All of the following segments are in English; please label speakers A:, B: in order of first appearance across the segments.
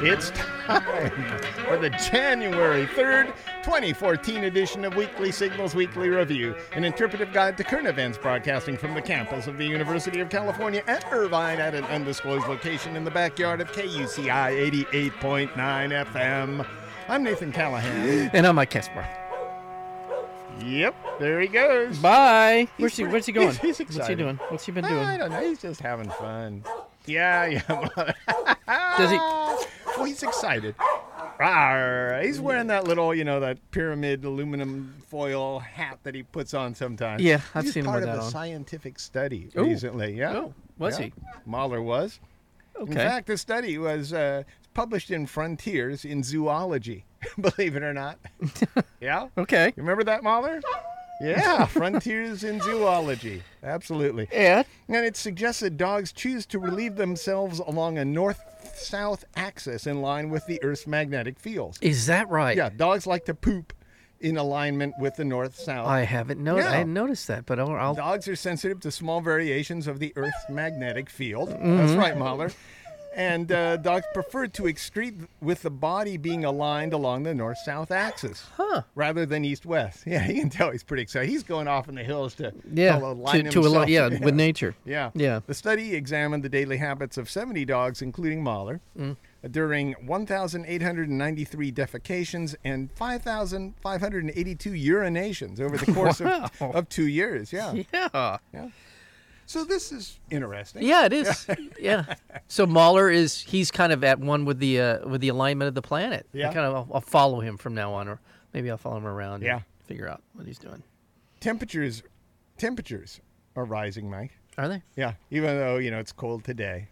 A: It's time for the January 3rd, 2014 edition of Weekly Signals Weekly Review, an interpretive guide to current events broadcasting from the campus of the University of California at Irvine at an undisclosed location in the backyard of KUCI 88.9 FM. I'm Nathan Callahan.
B: And I'm like Kespar.
A: Yep, there he goes.
B: Bye.
A: He's
B: Where's he?
A: pretty-
B: Where's he going?
A: he's- he's
B: What's he
A: excited. Uh,
B: doing? What's he been
A: I
B: doing?
A: don't know. He's just having fun. Yeah, yeah.
B: Does he?
A: well, he's excited. Rawr. He's wearing that little, you know, that pyramid aluminum foil hat that he puts on sometimes.
B: Yeah, I've
A: He's
B: seen him
A: part
B: with
A: of
B: that
A: a
B: on.
A: scientific study
B: Oh.
A: recently. Yeah.
B: Oh, was he?
A: Mahler was.
B: Okay.
A: In fact, the study was uh, published in Frontiers in Zoology. Believe it or not. yeah.
B: okay.
A: You remember that, Mahler? Yeah, Frontiers in Zoology. Absolutely.
B: And
A: And it suggests that dogs choose to relieve themselves along a north south axis in line with the Earth's magnetic field.
B: is that right?
A: Yeah, dogs like to poop in alignment with the north south.
B: I haven't noticed.
A: Yeah.
B: I hadn't noticed that, but I'll. I'll
A: Dogs are sensitive to small variations of the Earth's magnetic field.
B: Mm-hmm.
A: That's right, Mahler. And uh, dogs prefer to excrete with the body being aligned along the north south axis
B: huh.
A: rather than east west. Yeah, you can tell he's pretty excited. He's going off in the hills to,
B: Yeah.
A: to align
B: To, to a
A: himself.
B: lot. Yeah, With nature.
A: Yeah.
B: Yeah.
A: The study examined the daily habits of 70 dogs, including Mahler,
B: Mm.
A: during 1,893 defecations and 5,582 urinations over the course of,
B: Wow.
A: of two years. Yeah.
B: Yeah.
A: So this is interesting.
B: Yeah. It is. yeah. So Mahler is. He's kind of at one with the uh, with the alignment of the planet. I
A: Yeah.
B: kind of. I'll, I'll follow him from now on, or maybe I'll follow him around.
A: Yeah.
B: And figure out what he's doing.
A: Temperatures, temperatures are rising, Mike.
B: Are they?
A: Yeah. Even though, you know, it's cold today.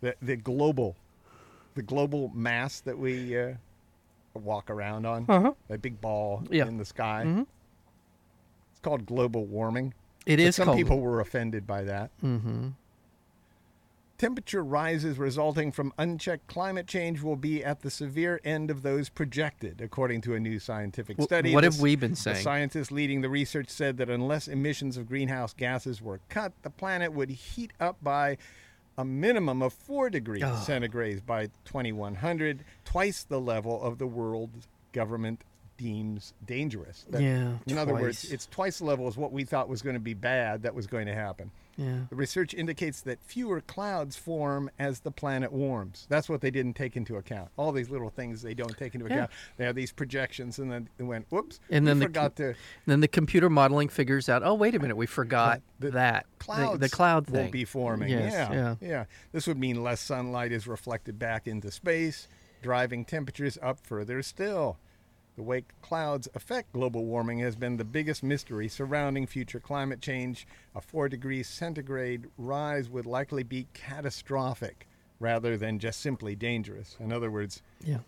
A: The, the global, the global mass that we uh, walk around on,
B: Uh-huh.
A: that big ball
B: Yeah. Mm-hmm.
A: in the sky. It's called global warming.
B: It
A: But
B: is
A: some
B: cold.
A: people were offended by that. Mm-hmm. Temperature rises resulting from unchecked climate change will be at the severe end of those projected, according to a new scientific
B: W-
A: study.
B: what
A: The
B: have
A: s-
B: we been
A: The
B: saying?
A: scientists leading the research said that unless emissions of greenhouse gases were cut, the planet would heat up by a minimum of four degrees
B: Ah.
A: centigrade by 2100, twice the level of the world government deems dangerous. That-
B: Yeah,
A: In other words,
B: twice.
A: it's twice the level as what we thought was going to be bad that was going to happen.
B: Yeah.
A: The research indicates that fewer clouds form as the planet warms. That's what they didn't take into account. All these little things they don't take into
B: Yeah.
A: account. They have these projections, and then they went, "Whoops!"
B: And then
A: we
B: the-
A: forgot to
B: Then the computer modeling figures out. Oh, wait a minute, we forgot
A: the
B: that The-
A: clouds.
B: The, cloud
A: will
B: thing
A: be forming.
B: Yes,
A: yeah,
B: yeah.
A: This would mean less sunlight is reflected back into space, driving temperatures up further still. The way clouds affect global warming has been the biggest mystery surrounding future climate change. A four degrees centigrade rise would likely be catastrophic rather than just simply dangerous. In other words,
B: Yeah.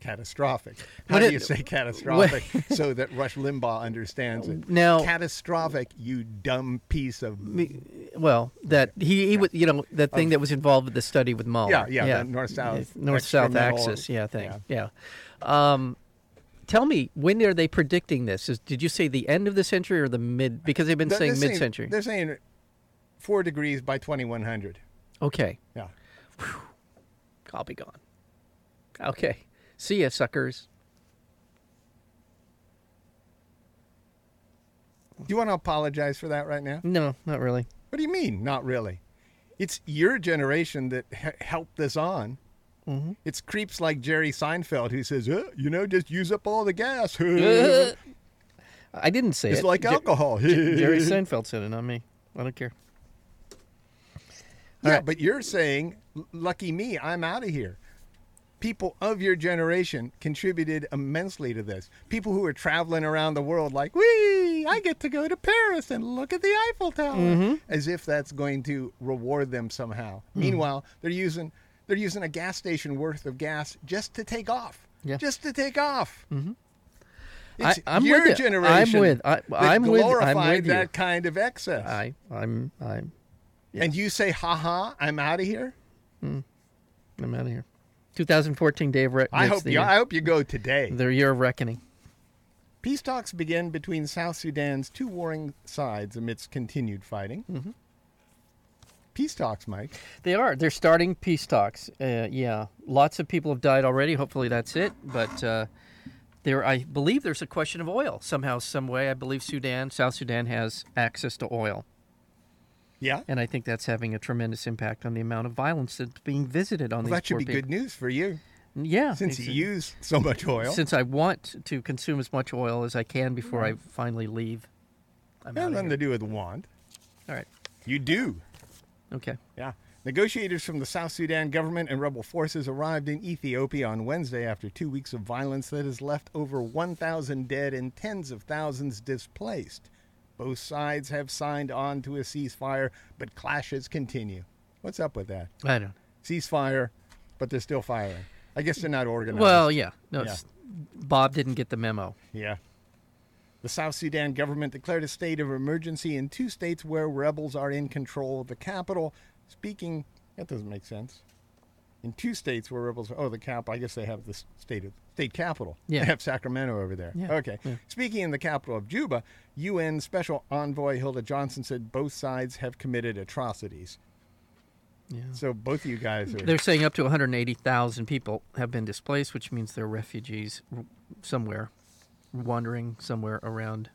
A: catastrophic. How
B: What
A: do
B: it-
A: you say catastrophic so that Rush Limbaugh understands it?
B: Now-
A: catastrophic, you dumb piece of
B: Well, that he, he would, you know, that thing that was involved with the study with Mahler.
A: Yeah, yeah, the north-south
B: north south
A: experimental-
B: axis. Yeah, thing. Yeah. Um, tell me, when are they predicting this? Is, did you say the end of the century or the mid? Because they've been
A: They're-
B: saying
A: they're
B: mid century.
A: They're saying four degrees by 2100.
B: Okay,
A: Yeah.
B: I'll be gone. Okay, see ya, suckers.
A: Do you want to apologize for that right now?
B: No, not really.
A: What do you mean, not really? It's your generation that h- helped this on.
B: Mm-hmm.
A: It's creeps like Jerry Seinfeld who says, uh, you know, just use up all the gas. it's
B: I didn't say it.
A: like
B: Jer-
A: alcohol.
B: Jerry Seinfeld said it, not me. I don't care.
A: Yeah, but you're saying, "L- lucky me, I'm out of here. People of your generation contributed immensely to this. People who are traveling around the world, like, wee, I get to go to Paris and look at the Eiffel Tower,
B: Mm-hmm.
A: as if that's going to reward them somehow.
B: Mm.
A: Meanwhile, they're using they're using a gas station worth of gas just to take off,
B: Yeah. Mm-hmm.
A: just to take off.
B: I-
A: It's
B: I'm
A: your
B: with you. I'm
A: generation.
B: with- I-
A: that
B: I'm with- I'm
A: glorified
B: with you.
A: that kind of excess.
B: I, I'm, I'm,
A: And you say, ha ha, I'm out of here.
B: I'm out of here. 2014 Dave. Re-
A: I
B: it's
A: hope
B: the
A: you.
B: year-
A: I hope you go today.
B: Their year of reckoning.
A: Peace talks begin between South Sudan's two warring sides amidst continued fighting. peace talks, Mike.
B: They are. They're starting peace talks. Uh, yeah, lots of people have died already. Hopefully that's it. But uh, there, I believe there's a question of oil somehow, some way. I believe Sudan, South Sudan, has access to oil,
A: Yeah.
B: and I think that's having a tremendous impact on the amount of violence that's being visited on
A: Well,
B: these
A: that should
B: poor
A: be
B: people.
A: good news for you
B: Yeah,
A: since
B: it's-
A: you use so much oil. Hmm.
B: since I want to consume as much oil as I can before I finally leave. I'm
A: It has
B: outta
A: nothing
B: here.
A: to do with want.
B: All right.
A: You do.
B: Okay.
A: Yeah. Negotiators from the South Sudan government and rebel forces arrived in Ethiopia on Wednesday after two weeks of violence that has left over 1,000 dead and tens of thousands displaced. Both sides have signed on to a ceasefire, but clashes continue. What's up with that?
B: I don't.
A: Ceasefire, but they're still firing. I guess they're not organized.
B: Well, yeah. No, it's- Bob didn't get the memo.
A: Yeah. The South Sudan government declared a state of emergency in two states where rebels are in control of the capital. Speaking, that doesn't make sense. In two states where rebels, oh, the cap, I guess they have the s- state of state capital.
B: Yeah.
A: They have Sacramento over there.
B: Yeah,
A: Okay. Speaking in the capital of Juba, UN Special Envoy Hilda Johnson said both sides have committed atrocities.
B: Yeah.
A: So both of you guys are.
B: They're saying up to 180,000 people have been displaced, which means they're refugees r- somewhere, wandering somewhere around.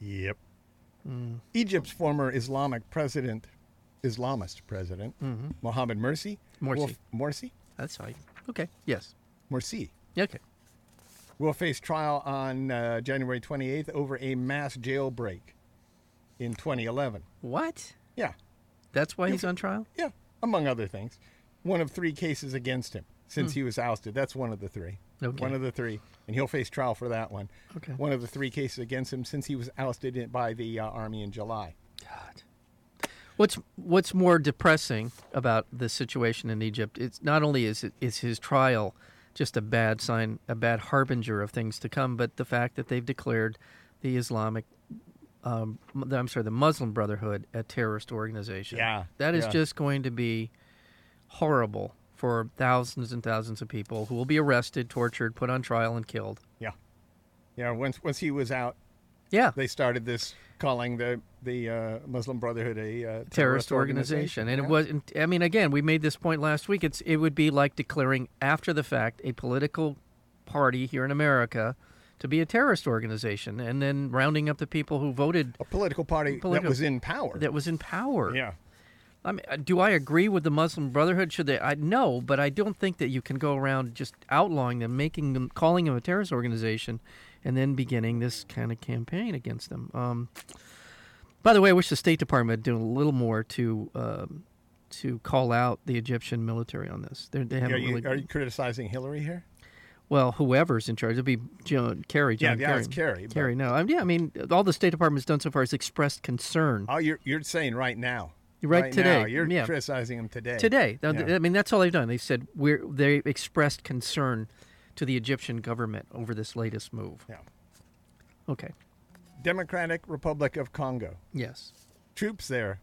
A: Yep. Hmm. Egypt's former Islamic president, Islamist president, Mohammed Morsi,
B: Mm-hmm. Morsi.
A: will f- Morsi,
B: That's right. Okay. Yes.
A: Morsi,
B: Okay.
A: will face trial on uh, January 28th over a mass jailbreak in 2011.
B: What?
A: Yeah,
B: That's why he's on trial?
A: yeah, among other things, one of three cases against him since he was ousted. That's one of the three.
B: Hmm. Okay.
A: One of the three, and he'll face trial for that one.
B: Okay.
A: One of the three cases against him since he was ousted in- by the uh, army in July.
B: God. What's what's more depressing about the situation in Egypt? It's not only is it is his trial just a bad sign, a bad harbinger of things to come, but the fact that they've declared the Islamic, um, m- I'm sorry, the Muslim Brotherhood a terrorist organization.
A: Yeah,
B: that is
A: yeah.
B: just going to be horrible for thousands and thousands of people who will be arrested, tortured, put on trial, and killed.
A: Yeah, yeah. Once once he was out,
B: Yeah,
A: they started this calling the the uh, Muslim Brotherhood a uh, terrorist,
B: terrorist organization, and
A: Yeah.
B: it wasn't. I mean, again, we made this point last week. It's it would be like declaring after the fact a political party here in America to be a terrorist organization, and then rounding up the people who voted
A: a political party that
B: Political-
A: was in power.
B: that was in power.
A: yeah,
B: I mean, uh, do I agree with the Muslim Brotherhood? Should they? I no, but I don't think that you can go around just outlawing them, making them, calling them a terrorist organization, and then beginning this kind of campaign against them. Um, by the way, I wish the State Department would do a little more to um, to call out the Egyptian military on this. They're, they
A: are
B: haven't
A: you,
B: really.
A: are you criticizing Hillary here?
B: Well, whoever's in charge, it'll be John Kerry.
A: Yeah,
B: John
A: yeah,
B: Kerry.
A: it's Kerry, but-
B: Kerry. No, I mean, yeah, I mean, all the State Department's done so far is expressed concern
A: Oh, you're you're saying right now,
B: Right today,
A: now, you're
B: yeah.
A: criticizing him today.
B: today. Now, th-
A: Yeah.
B: I mean, that's all they've done. They said we're they expressed concern to the Egyptian government over this latest move.
A: yeah.
B: Okay.
A: Democratic Republic of Congo
B: Yes.
A: troops there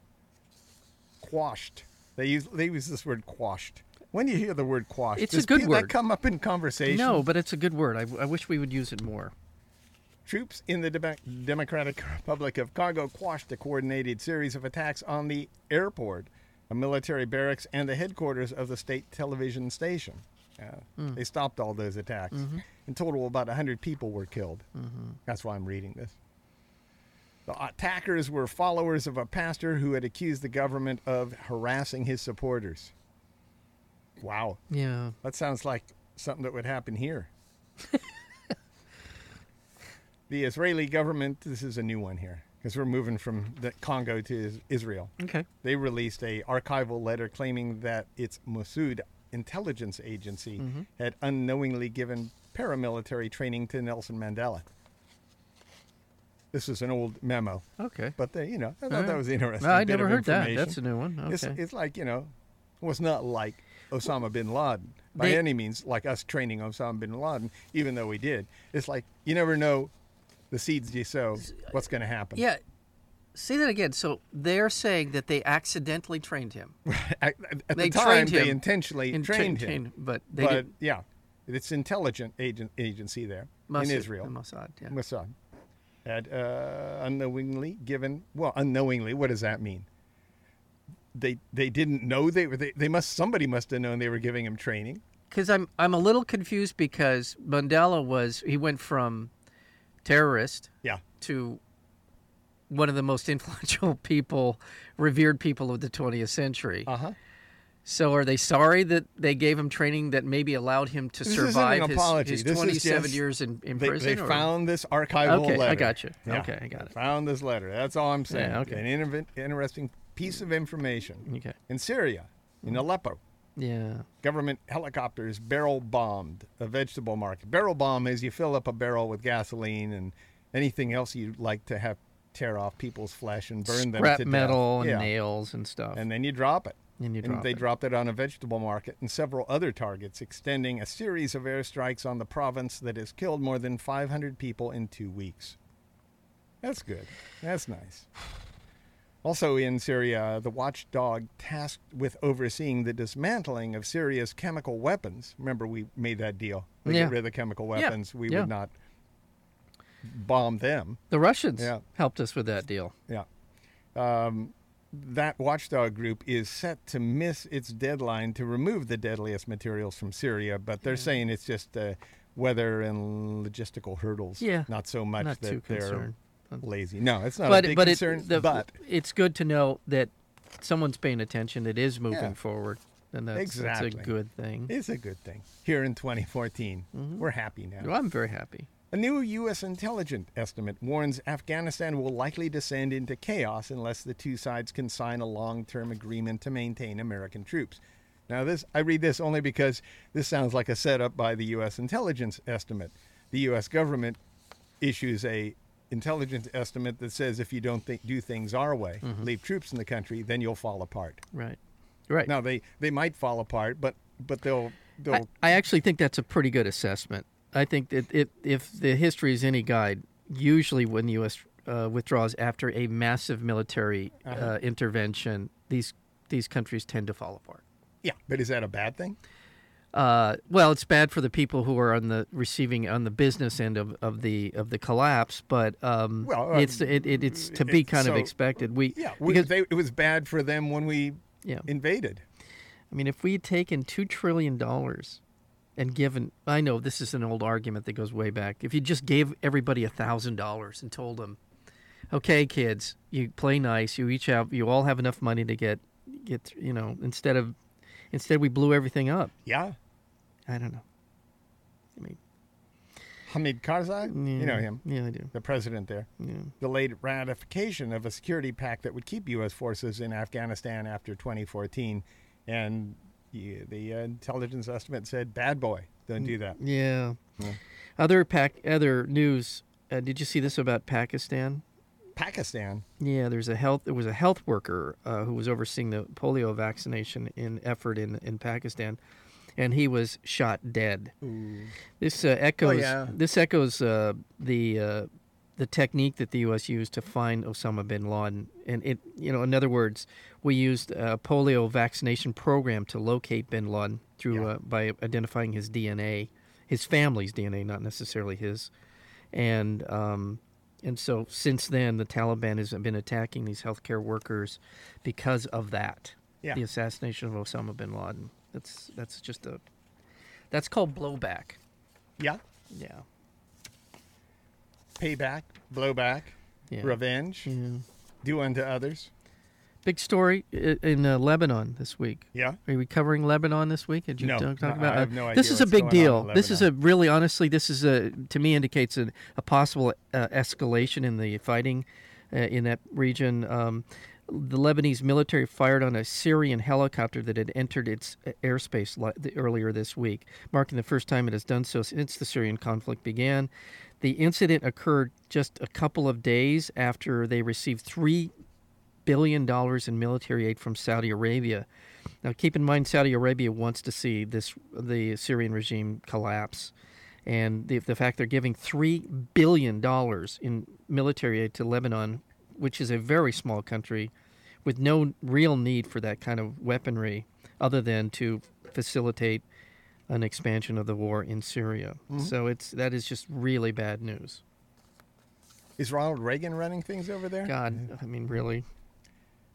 A: quashed. They use they use this word quashed. When do you hear the word quashed?
B: It's a
A: Does
B: good
A: pe- That
B: word.
A: come up in conversation.
B: No, but it's a good word. I, w- I wish we would use it more.
A: Troops in the Demo- Democratic Republic of Congo quashed a coordinated series of attacks on the airport, a military barracks, and the headquarters of the state television station. Yeah, They stopped all those attacks. In total, about 100 people were killed. That's why I'm reading this. The attackers were followers of a pastor who had accused the government of harassing his supporters. Wow.
B: Yeah.
A: That sounds like something that would happen here. the Israeli government, this is a new one here, because we're moving from the Congo to Is- Israel.
B: Okay.
A: They released a archival letter claiming that its Mossad intelligence agency had unknowingly given paramilitary training to Nelson Mandela. This is an old memo,
B: Okay.
A: but they, you know, I thought
B: Alright.
A: that was interesting.
B: Well, I
A: bit
B: never
A: of
B: heard that.
A: information.
B: That's a new one. Okay.
A: It's, it's like, you know, well, it's not like Osama bin Laden by
B: They-
A: any means, like us training Osama bin Laden, even though we did. It's like you never know the seeds you sow, what's going to happen.
B: uh, yeah. Say that again. So they're saying that they accidentally trained him.
A: At, at
B: They
A: the time,
B: trained
A: they
B: him.
A: intentionally
B: And tra-
A: trained him.
B: but they
A: but
B: didn't.
A: yeah, it's intelligent agent, agency there
B: Mossad-
A: in Israel.
B: Mossad. Yeah.
A: Mossad. had uh, unknowingly given. Well, unknowingly, what does that mean? They they didn't know they were. They, they must. Somebody must have known they were giving him training.
B: Because I'm I'm a little confused because Mandela was he went from terrorist
A: Yeah.
B: to one of the most influential people, revered people of the 20th century.
A: Uh huh.
B: So are they sorry that they gave him training that maybe allowed him to
A: This isn't an
B: survive his,
A: apology.
B: his
A: This is
B: 27
A: just-
B: years in, in
A: They,
B: prison?
A: they
B: or-
A: found this archival
B: Okay, I
A: letter.
B: got you. Okay, I got it.
A: Found this letter. That's all I'm saying.
B: Yeah, okay.
A: An inter- interesting piece of information.
B: Okay.
A: In Syria, in Aleppo,
B: Yeah.
A: government helicopters barrel bombed a vegetable market. Barrel bomb is you fill up a barrel with gasoline and anything else you'd like to have tear off people's flesh and burn them
B: Scrap
A: to
B: metal
A: death.
B: and
A: yeah.
B: nails and stuff.
A: And then you drop it.
B: And you drop
A: they
B: it.
A: dropped it on a vegetable market and several other targets, extending a series of airstrikes on the province that has killed more than 500 people in two weeks. That's good. That's nice. Also in Syria, the watchdog tasked with overseeing the dismantling of Syria's chemical weapons. Remember, we made that deal. We
B: Yeah.
A: get rid of the chemical weapons. We
B: Yeah.
A: would not bomb them.
B: the Russians
A: Yeah.
B: helped us with that deal.
A: Yeah. Um, that watchdog group is set to miss its deadline to remove the deadliest materials from Syria, but they're saying it's just uh, weather and logistical hurdles.
B: Yeah.
A: Not so much
B: Not
A: that
B: too
A: they're
B: concerned.
A: lazy. No, it's not
B: but
A: a big
B: but,
A: concern.
B: it, the,
A: but
B: it's good to know that someone's paying attention. It is moving
A: Yeah.
B: forward, and that's, that's a
A: Exactly.
B: good thing.
A: it's a good thing. Here in 2014,
B: Mm-hmm.
A: we're happy now.
B: Well, I'm very happy.
A: A new U.S. intelligence estimate warns Afghanistan will likely descend into chaos unless the two sides can sign a long term agreement to maintain American troops. Now, this I read this only because this sounds like a setup by the U.S. intelligence estimate. The U.S. government issues a intelligence estimate that says if you don't thi- do things our way,
B: Mm-hmm.
A: leave troops in the country, then you'll fall apart.
B: Right, right.
A: Now they they might fall apart, but but they'll they'll
B: I, I actually think that's a pretty good assessment. I think that it, if the history is any guide, usually when the U.S. Uh, withdraws after a massive military uh
A: Uh-huh.
B: intervention, these these countries tend to fall apart.
A: yeah. But is that a bad thing?
B: Uh, well, it's bad for the people who are on the receiving on the business end of, of the of the collapse, but um,
A: Well, uh,
B: it's it, it, it's to be
A: it's-
B: kind of
A: so-
B: expected. We
A: Yeah, we,
B: because
A: they, it was bad for them when we
B: Yeah.
A: invaded.
B: I mean, if we had taken two trillion dollars and given, I know this is an old argument that goes way back. If you just gave everybody a thousand dollars and told them, "Okay, kids, you play nice. You each have, you all have enough money to get, get, you know," instead of, instead we blew everything up.
A: Yeah,
B: I don't know. I mean,
A: Hamid Karzai, you know him,
B: Yeah, I do.
A: the president there,
B: Yeah.
A: delayed ratification of a security pact that would keep U.S. forces in Afghanistan after 2014, and the, the uh, intelligence estimate said, "Bad boy, don't do
B: Mm.
A: that."
B: Yeah. Other pack, other news. Uh, did you see this about Pakistan?
A: Pakistan,
B: Yeah, there's a health. There was a health worker uh, who was overseeing the polio vaccination in effort in in Pakistan, and he was shot dead. This uh, echoes.
A: yeah.
B: This echoes uh, the uh, the technique that the U.S. used to find Osama bin Laden, and it you know in other words, we used a polio vaccination program to locate bin Laden through
A: Yeah.
B: uh, by identifying his DNA, his family's DNA, not necessarily his, and um, and so since then the Taliban has been attacking these healthcare workers because of that.
A: Yeah.
B: The assassination of Osama bin Laden. That's that's just a that's called blowback.
A: yeah,
B: Yeah.
A: payback, blowback,
B: Yeah.
A: revenge,
B: Yeah.
A: do unto others.
B: Big story i- in uh, Lebanon this week.
A: Yeah,
B: Are we covering Lebanon this week? Did you
A: No,
B: talk, talk
A: no,
B: about?
A: I have
B: uh,
A: no idea
B: this is a
A: what's
B: big
A: going on
B: deal.
A: in
B: This is a really, honestly, this is a to me indicates a, a possible uh, escalation in the fighting uh, in that region. Um, the Lebanese military fired on a Syrian helicopter that had entered its uh, airspace li- the, earlier this week, marking the first time it has done so since the Syrian conflict began. The incident occurred just a couple of days after they received three billion dollars in military aid from Saudi Arabia. Now, keep in mind, Saudi Arabia wants to see this the Syrian regime collapse, and the, the fact they're giving three billion dollars in military aid to Lebanon, which is a very small country, with no real need for that kind of weaponry, other than to facilitate an expansion of the war in Syria. So it's that is just really bad news.
A: Is Ronald Reagan running things over there?
B: God, I mean, really.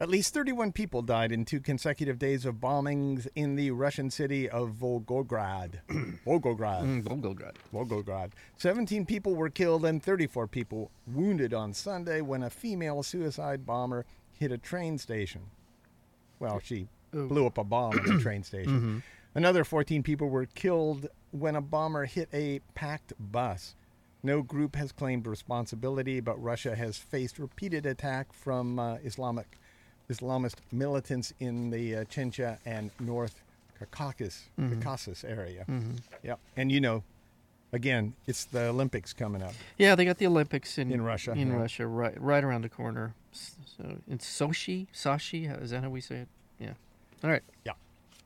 A: At least 31 people died in two consecutive days of bombings in the Russian city of Volgograd. Volgograd.
B: Mm, Volgograd.
A: Volgograd. 17 people were killed and 34 people wounded on Sunday when a female suicide bomber hit a train station. Well, she blew up a bomb at a train station. Another 14 people were killed when a bomber hit a packed bus. No group has claimed responsibility, but Russia has faced repeated attack from uh, Islamic Islamist militants in the uh, Chincha and North Caucasus, Caucasus area. Yep. And you know, again, it's the Olympics coming up.
B: Yeah, they got the Olympics in
A: In Russia,
B: In
A: yeah.
B: Russia, right, right around the corner. S- So in Sochi, Sashi, how- is that how we say it? Yeah. All right.
A: Yeah.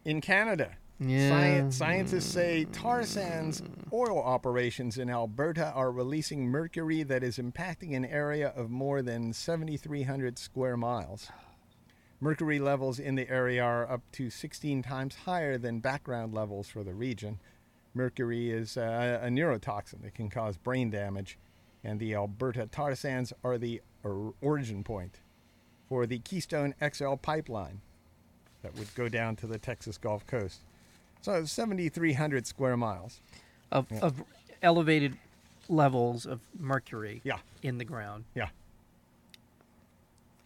A: In Canada,
B: Yeah.
A: science, scientists say tar sands oil operations in Alberta are releasing mercury that is impacting an area of more than 7,300 square miles. Mercury levels in the area are up to 16 times higher than background levels for the region. Mercury is uh, a neurotoxin that can cause brain damage, and the Alberta tar sands are the or- origin point for the Keystone XL pipeline that would go down to the Texas Gulf Coast. So it's 7,300 square miles.
B: Of, of elevated levels of mercury.
A: Yeah.
B: In the ground.
A: Yeah.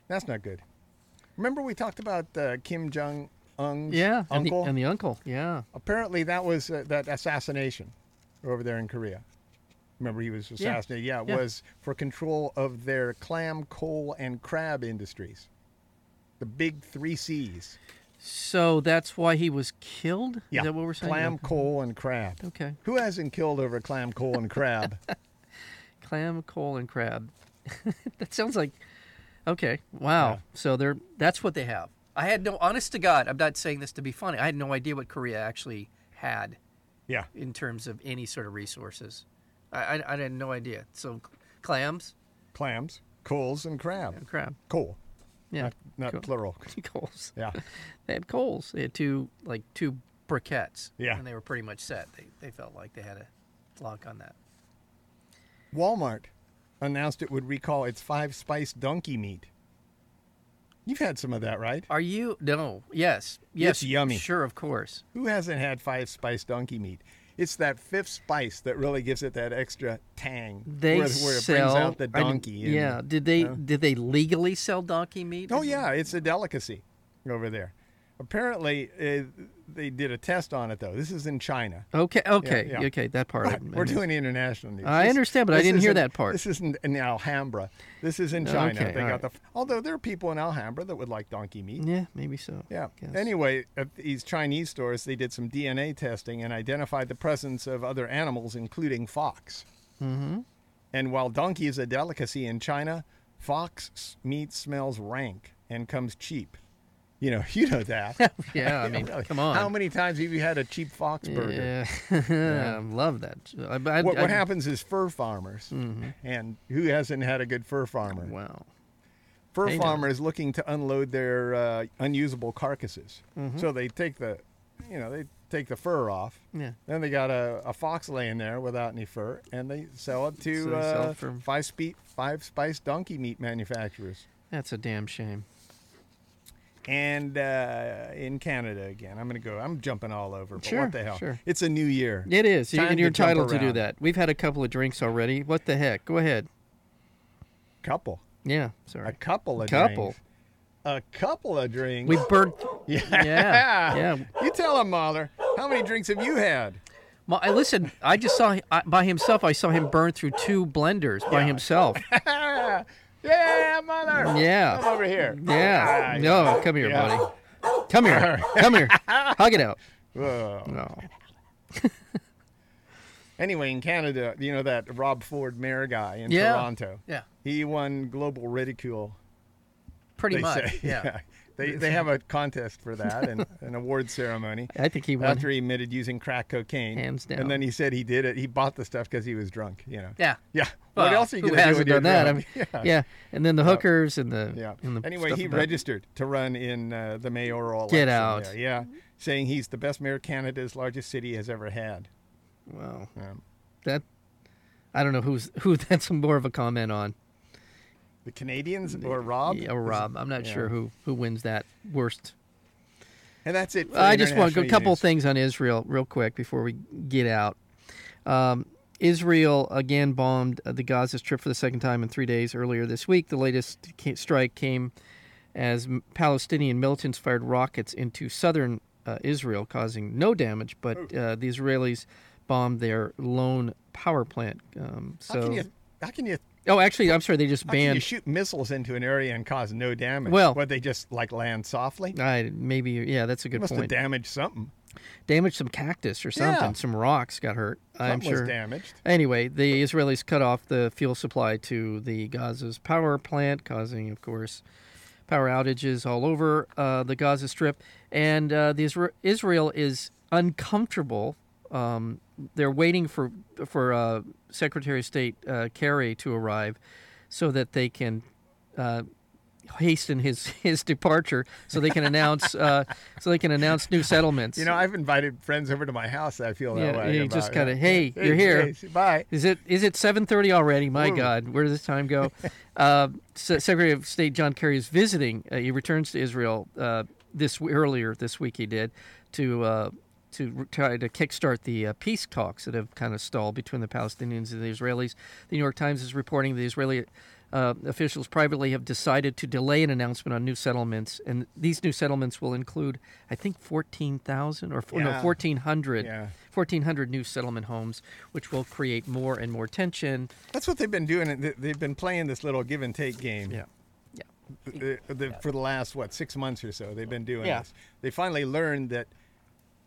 A: That's not good. Remember we talked about uh, Kim Jong Un's
B: Yeah. And the,
A: uncle?
B: and the uncle. Yeah.
A: Apparently that was uh, that assassination over there in Korea. Remember he was assassinated? Yeah, it
B: Yeah.
A: was for control of their clam, coal, and crab industries. The big three C's.
B: So that's why he was killed.
A: Yeah.
B: Is that what we're saying?
A: Clam, coal, and crab.
B: Okay.
A: Who hasn't killed over clam, coal, and crab?
B: Clam, coal, and crab. that sounds like okay. Wow. So they're that's what they have. I had no honest to God, I'm not saying this to be funny. I had no idea what Korea actually had
A: yeah.
B: in terms of any sort of resources. I I, I had no idea. So clams
A: Clams, coals, and crab.
B: and crab.
A: Coal,
B: Yeah.
A: not, not
B: coal-
A: plural.
B: coals.
A: Yeah.
B: They had coals. They had two like two briquettes.
A: Yeah.
B: And they were pretty much set. They they felt like they had a lock on that.
A: Walmart announced it would recall its five spice donkey meat. You've had some of that, right?
B: Are you no? Yes. Yes.
A: yummy.
B: Sure, of course.
A: Who hasn't had five spice donkey meat? It's that fifth spice that really gives it that extra tang.
B: they
A: where, where it
B: sell
A: brings out the
B: I didn't-
A: donkey. and-
B: yeah. Did they did they legally sell donkey meat?
A: Oh yeah, it's a delicacy over there. Apparently, uh, they did a test on it though. This is in China.
B: Okay. Okay.
A: yeah.
B: Okay. That part. I,
A: We're doing international news.
B: I
A: This-
B: understand, but I
A: this
B: didn't hear
A: isn't-
B: that part.
A: This isn't in Alhambra. This is in China.
B: Okay,
A: they
B: all
A: got the. Although there are people in Alhambra that would like donkey meat.
B: Yeah. Maybe so.
A: Yeah.
B: I guess.
A: Anyway, at these Chinese stores, they did some DNA testing and identified the presence of other animals, including fox. Mm-hmm. And while donkey is a delicacy in China, fox s- meat smells rank and comes cheap. You know, you know that.
B: Yeah. I mean,
A: Really.
B: come on.
A: How many times have you had a cheap fox burger?
B: Yeah. I love that. I, I,
A: what, what
B: I- Mm-hmm.
A: happens is fur farmers, and who hasn't had a good fur farmer?
B: Wow.
A: Fur
B: They know.
A: farmers looking to unload their uh, unusable carcasses,
B: Mm-hmm.
A: so they take the, you know, they take the fur off.
B: Yeah.
A: Then they got a, a fox laying there without any fur, and they sell it to
B: So they sell
A: uh,
B: it for-
A: five spe- five spice donkey meat manufacturers.
B: That's a damn shame.
A: And uh, in Canada again, I'm gonna go. I'm jumping all over, but
B: Sure,
A: what the hell?
B: sure.
A: It's a new year.
B: It is. You-
A: Time
B: and you're
A: to jump
B: entitled to do
A: around.
B: that. We've had a couple of drinks already. What the heck? Go ahead.
A: Couple,
B: Yeah.
A: a
B: Sorry.
A: couple of
B: Couple.
A: drinks. a couple of drinks.
B: We burned.
A: yeah,
B: yeah. Yeah.
A: You tell him, Mahler. How many drinks have you had?
B: Ma- I listen. I just saw I, by himself. I saw him burn through two blenders by himself.
A: yeah, Mahler.
B: Yeah.
A: Come over here.
B: Yeah.
A: Ah,
B: no, come here,
A: yeah.
B: buddy. Come here. Come here. Hug it out.
A: Whoa.
B: No.
A: Anyway, in Canada, you know that Rob Ford mayor guy in
B: Yeah.
A: Toronto.
B: Yeah.
A: He won global ridicule.
B: Pretty
A: They
B: much.
A: say.
B: Yeah.
A: They they have a contest for that and an award ceremony.
B: I think he won.
A: After he admitted using crack cocaine,
B: Hands down.
A: and then he said he did it. He bought the stuff because he was drunk. You know.
B: Yeah.
A: Yeah.
B: Well,
A: what else are you
B: who
A: gonna do
B: hasn't
A: when you're
B: done that? I mean,
A: drunk?
B: yeah. And then the hookers and the
A: Yeah.
B: And the
A: anyway,
B: stuff
A: he
B: about-
A: registered to run in uh, the mayoral election.
B: Get out.
A: there, Yeah. Saying he's the best mayor Canada's largest city has ever had.
B: Wow.
A: Um,
B: That. I don't know who's who. That's more of a comment on.
A: The Canadians or Rob?
B: Yeah, or Rob. I'm not sure who who wins that worst.
A: And that's it. for
B: I just want a
A: international
B: couple
A: news.
B: things on Israel real quick before we get out. Um, Israel again bombed uh, the Gaza Strip for the second time in three days earlier this week. The latest ca- strike came as m- Palestinian militants fired rockets into southern uh, Israel, causing no damage. But
A: Oh.
B: uh, the Israelis bombed their lone power plant. Um,
A: How can
B: so,
A: you? How can you?
B: oh, actually, I'm sorry, they just
A: How can you
B: banned.
A: shoot missiles into an area and cause no damage?
B: Well-
A: what they just like land softly?
B: I, maybe yeah, that's a good
A: Must have
B: point.
A: damaged something.
B: damaged some cactus or something.
A: Yeah.
B: Some rocks got hurt. I'm
A: something
B: sure.
A: was damaged.
B: Anyway, the Israelis cut off the fuel supply to the Gaza's power plant, causing, of course, power outages all over uh, the Gaza Strip. And uh, the Isra- Israel is uncomfortable. Um, they're waiting for for uh, Secretary of State uh, Kerry to arrive, so that they can uh, hasten his his departure, so they can announce uh, so they can announce new settlements.
A: You know, I've invited friends over to my house. that I feel that
B: Yeah,
A: way.
B: you just
A: about.
B: kinda,
A: Yeah.
B: "Hey, you're here."
A: hey, see- bye.
B: Is it is it seven thirty already? My
A: Whoa.
B: God, where does this time go? uh, Se- Secretary of State John Kerry is visiting. Uh, he returns to Israel uh, this earlier this week. He did to uh, to re- try to kickstart the uh, peace talks that have kind of stalled between the Palestinians and the Israelis. The New York Times is reporting the Israeli. Uh, officials privately have decided to delay an announcement on new settlements, and these new settlements will include, I think, fourteen thousand or four no,
A: Yeah.
B: fourteen hundred
A: Yeah.
B: 1,400 new settlement homes, which will create more and more tension.
A: That's what they've been doing. and they- They've been playing this little give and take game.
B: Yeah.
A: the, the, for the last what six months or so they've been doing
B: Yeah.
A: this. They finally learned that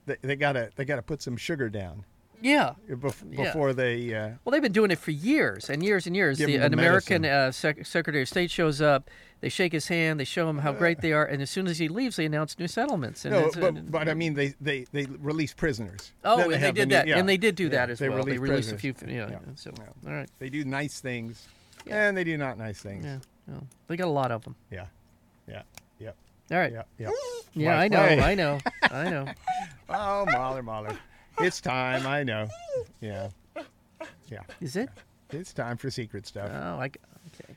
A: they, they gotta they gotta put some sugar down
B: Yeah.
A: bef-
B: Yeah.
A: before they. Uh,
B: Well, they've been doing it for years and years and years.
A: Give
B: The,
A: them the
B: an American
A: medicine.
B: uh, sec- Secretary of State shows up, they shake his hand, they show him how great they are, and as soon as he leaves, they announce new settlements. And
A: no,
B: it's-
A: but, but I mean they they they release prisoners.
B: oh,
A: Then
B: and they
A: have the
B: did
A: new-
B: that,
A: yeah.
B: and they did do
A: Yeah,
B: that as
A: they
B: well.
A: Release
B: they released a few.
A: prisoners.
B: Yeah.
A: Yeah.
B: So,
A: Yeah.
B: All right.
A: They do nice things,
B: Yeah.
A: and they do not nice things.
B: Yeah. Well, they got a lot of them.
A: yeah, yeah, yeah,
B: All right.
A: yeah. yeah.
B: Yeah,
A: Why
B: I know.
A: play?
B: I know. I know.
A: Oh, Mahler, Mahler, it's time. I know. Yeah, yeah.
B: Is it?
A: It's time for secret stuff.
B: Oh, I. g- Okay.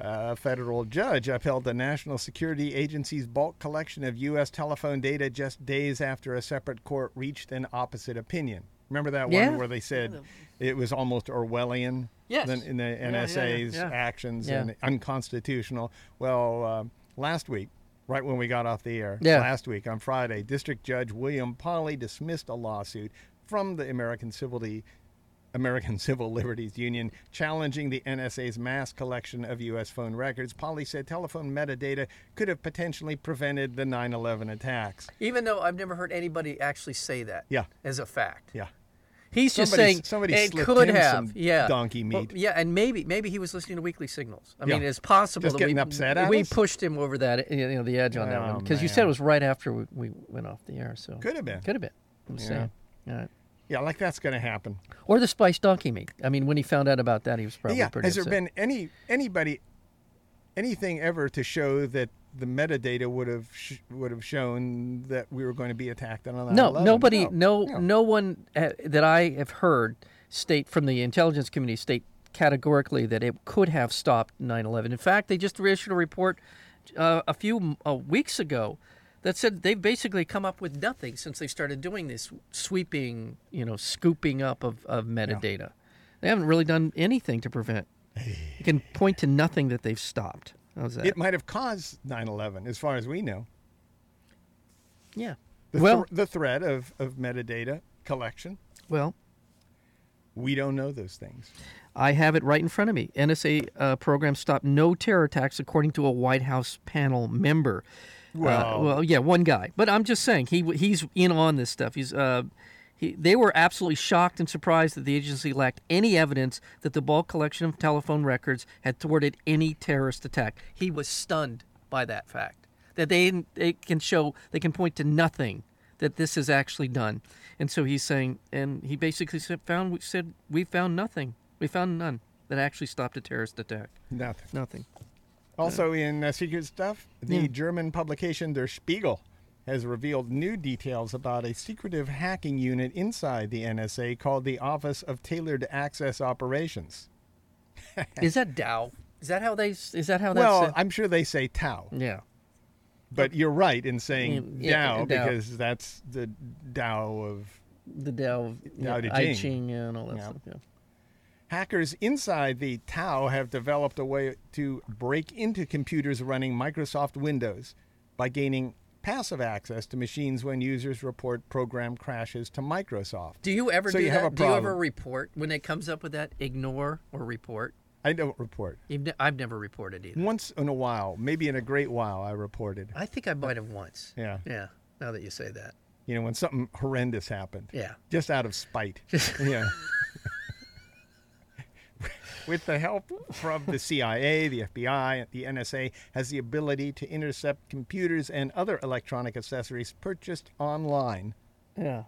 A: A federal judge upheld the National Security Agency's bulk collection of U.S. telephone data just days after a separate court reached an opposite opinion. Remember that
B: Yeah.
A: one where they said it was almost Orwellian
B: Yes.
A: than in the
B: Yeah, yeah,
A: NSA's
B: yeah.
A: actions
B: Yeah.
A: and unconstitutional? Well, um, last week, right when we got off the air,
B: Yeah.
A: last week on Friday, District Judge William Polly dismissed a lawsuit from the American Civility American Civil Liberties Union challenging the NSA's mass collection of U.S. phone records. Polly said telephone metadata could have potentially prevented the 9 11 attacks.
B: Even though I've never heard anybody actually say that.
A: Yeah.
B: As a fact.
A: Yeah.
B: He's just
A: Somebody-
B: saying
A: somebody
B: it
A: slipped
B: could
A: him
B: have,
A: some
B: yeah,
A: donkey meat.
B: Well, yeah, and maybe maybe he was listening to Weekly Signals. I mean,
A: Yeah.
B: it's possible
A: Just
B: that we
A: getting upset at
B: we
A: us?
B: pushed him over that you know the edge on that
A: Oh,
B: one because you said
A: man.
B: it was right after we, we went off the air. So
A: Could have been.
B: could have been. I'm saying. All right.
A: Yeah, like that's going to happen.
B: Or the spiced donkey meat. I mean, when he found out about that, he was probably
A: yeah.
B: pretty
A: Has there
B: upset.
A: been any anybody anything ever to show that the metadata would have sh- would have shown that we were going to be attacked on 9
B: no, nobody, no, no, one uh, that I have heard state from the intelligence community state categorically that it could have stopped 9/11. In fact, they just issued a report uh, a few uh, weeks ago that said they've basically come up with nothing since they started doing this sweeping, you know, scooping up of, of metadata. They haven't really done anything to prevent. You can point to nothing that they've stopped. How's that?
A: It might have caused 9 11, as far as we know.
B: yeah.
A: The,
B: well,
A: thr- the threat of, of metadata collection.
B: well,
A: We don't know those things.
B: I have it right in front of me. NSA uh, program stopped no terror attacks, according to a White House panel member. Uh,
A: Well-
B: well, yeah, one guy. But I'm just saying he w- he's in on this stuff. He's uh, he, they were absolutely shocked and surprised that the agency lacked any evidence that the bulk collection of telephone records had thwarted any terrorist attack. He was stunned by that fact that they they can show they can point to nothing that this is actually done. And so he's saying, and he basically said, found, said, we found nothing. We found none that actually stopped a terrorist attack.
A: Nothing.
B: Nothing.
A: Also, in uh, secret stuff, the
B: Yeah.
A: German publication Der Spiegel has revealed new details about a secretive hacking unit inside the NSA called the Office of Tailored Access Operations.
B: Is that Dow? Is that how they? Is that how that's?
A: well,
B: said?
A: I'm sure they say Tao,
B: yeah.
A: but you're right in saying
B: Yeah, yeah,
A: Tao
B: Tao.
A: because that's the Tao of
B: The Tao,
A: Tao
B: yeah,
A: Te
B: I
A: Ching.
B: Ching, yeah, and all that
A: Yeah.
B: stuff. Yeah.
A: hackers inside the Tao have developed a way to break into computers running Microsoft Windows by gaining passive access to machines when users report program crashes to Microsoft.
B: Do you ever
A: So
B: do
A: you
B: that?
A: have a
B: do you ever
A: problem.
B: report when it comes up with that? Ignore or report?
A: I don't report.
B: You've ne- I've never reported either.
A: Once in a while, maybe in a great while, I reported.
B: I think I might have once.
A: Yeah.
B: Yeah. Now that you say that.
A: You know, when something horrendous happened.
B: Yeah.
A: Just out of spite. yeah. With the help from the CIA, the FBI, the NSA has the ability to intercept computers and other electronic accessories purchased online.
B: Yeah.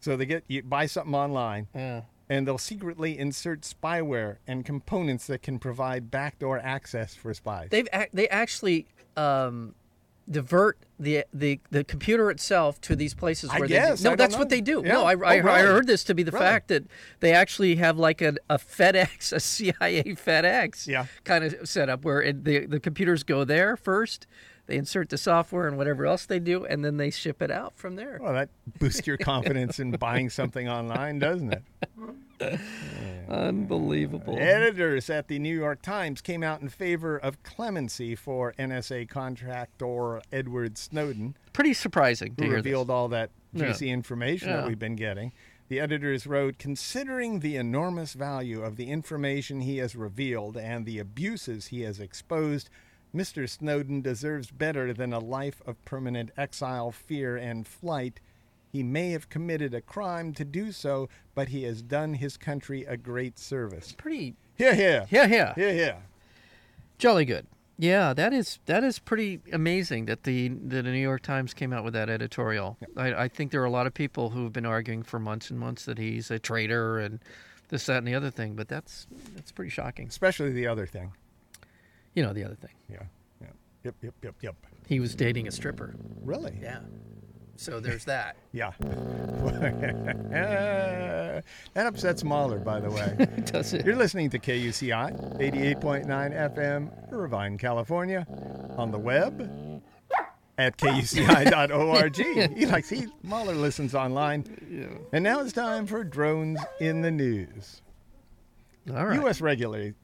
A: So they get you buy something online
B: Yeah.
A: and they'll secretly insert spyware and components that can provide backdoor access for spies.
B: They've ac- they actually um, divert the, the the computer itself to these places
A: I
B: where
A: guess,
B: they do.
A: I
B: no,
A: don't
B: that's what
A: know.
B: they do.
A: Yeah.
B: No, I, I,
A: Oh,
B: I
A: right.
B: heard this to be the
A: Right.
B: fact that they actually have like a, a FedEx, a CIA FedEx
A: Yeah.
B: kind of setup where it, the the computers go there first. They insert the software and whatever else they do, and then they ship it out from there.
A: well, that boosts your confidence in buying something online, doesn't it?
B: Unbelievable.
A: Editors at the New York Times came out in favor of clemency for NSA contractor Edward Snowden,
B: Pretty surprising to
A: who
B: hear this.
A: revealed all that
B: Yeah.
A: juicy information that
B: Yeah.
A: we've been getting. The editors wrote, considering the enormous value of the information he has revealed and the abuses he has exposed, Mr. Snowden deserves better than a life of permanent exile, fear, and flight. He may have committed a crime to do so, but he has done his country a great service.
B: Pretty.
A: Yeah, yeah.
B: Yeah, yeah.
A: Yeah, yeah.
B: Jolly good. Yeah, that is that is pretty amazing that the that the New York Times came out with that editorial. I, I think there are a lot of people who have been arguing for months and months that he's a traitor and this, that, and the other thing. But that's that's pretty shocking.
A: Especially the other thing.
B: You know, the other thing.
A: Yeah. yeah. Yep, yep, yep, yep.
B: He was dating a stripper.
A: Really?
B: Yeah. So there's that.
A: Yeah. that upsets Mahler, by the way.
B: Does it?
A: You're listening to KUCI, 88.9 FM, Irvine, California, on the web at kuci.org. he likes, he, Mahler listens online. And now it's time for Drones in the News.
B: All right. Mm-hmm.
A: U.S. regulators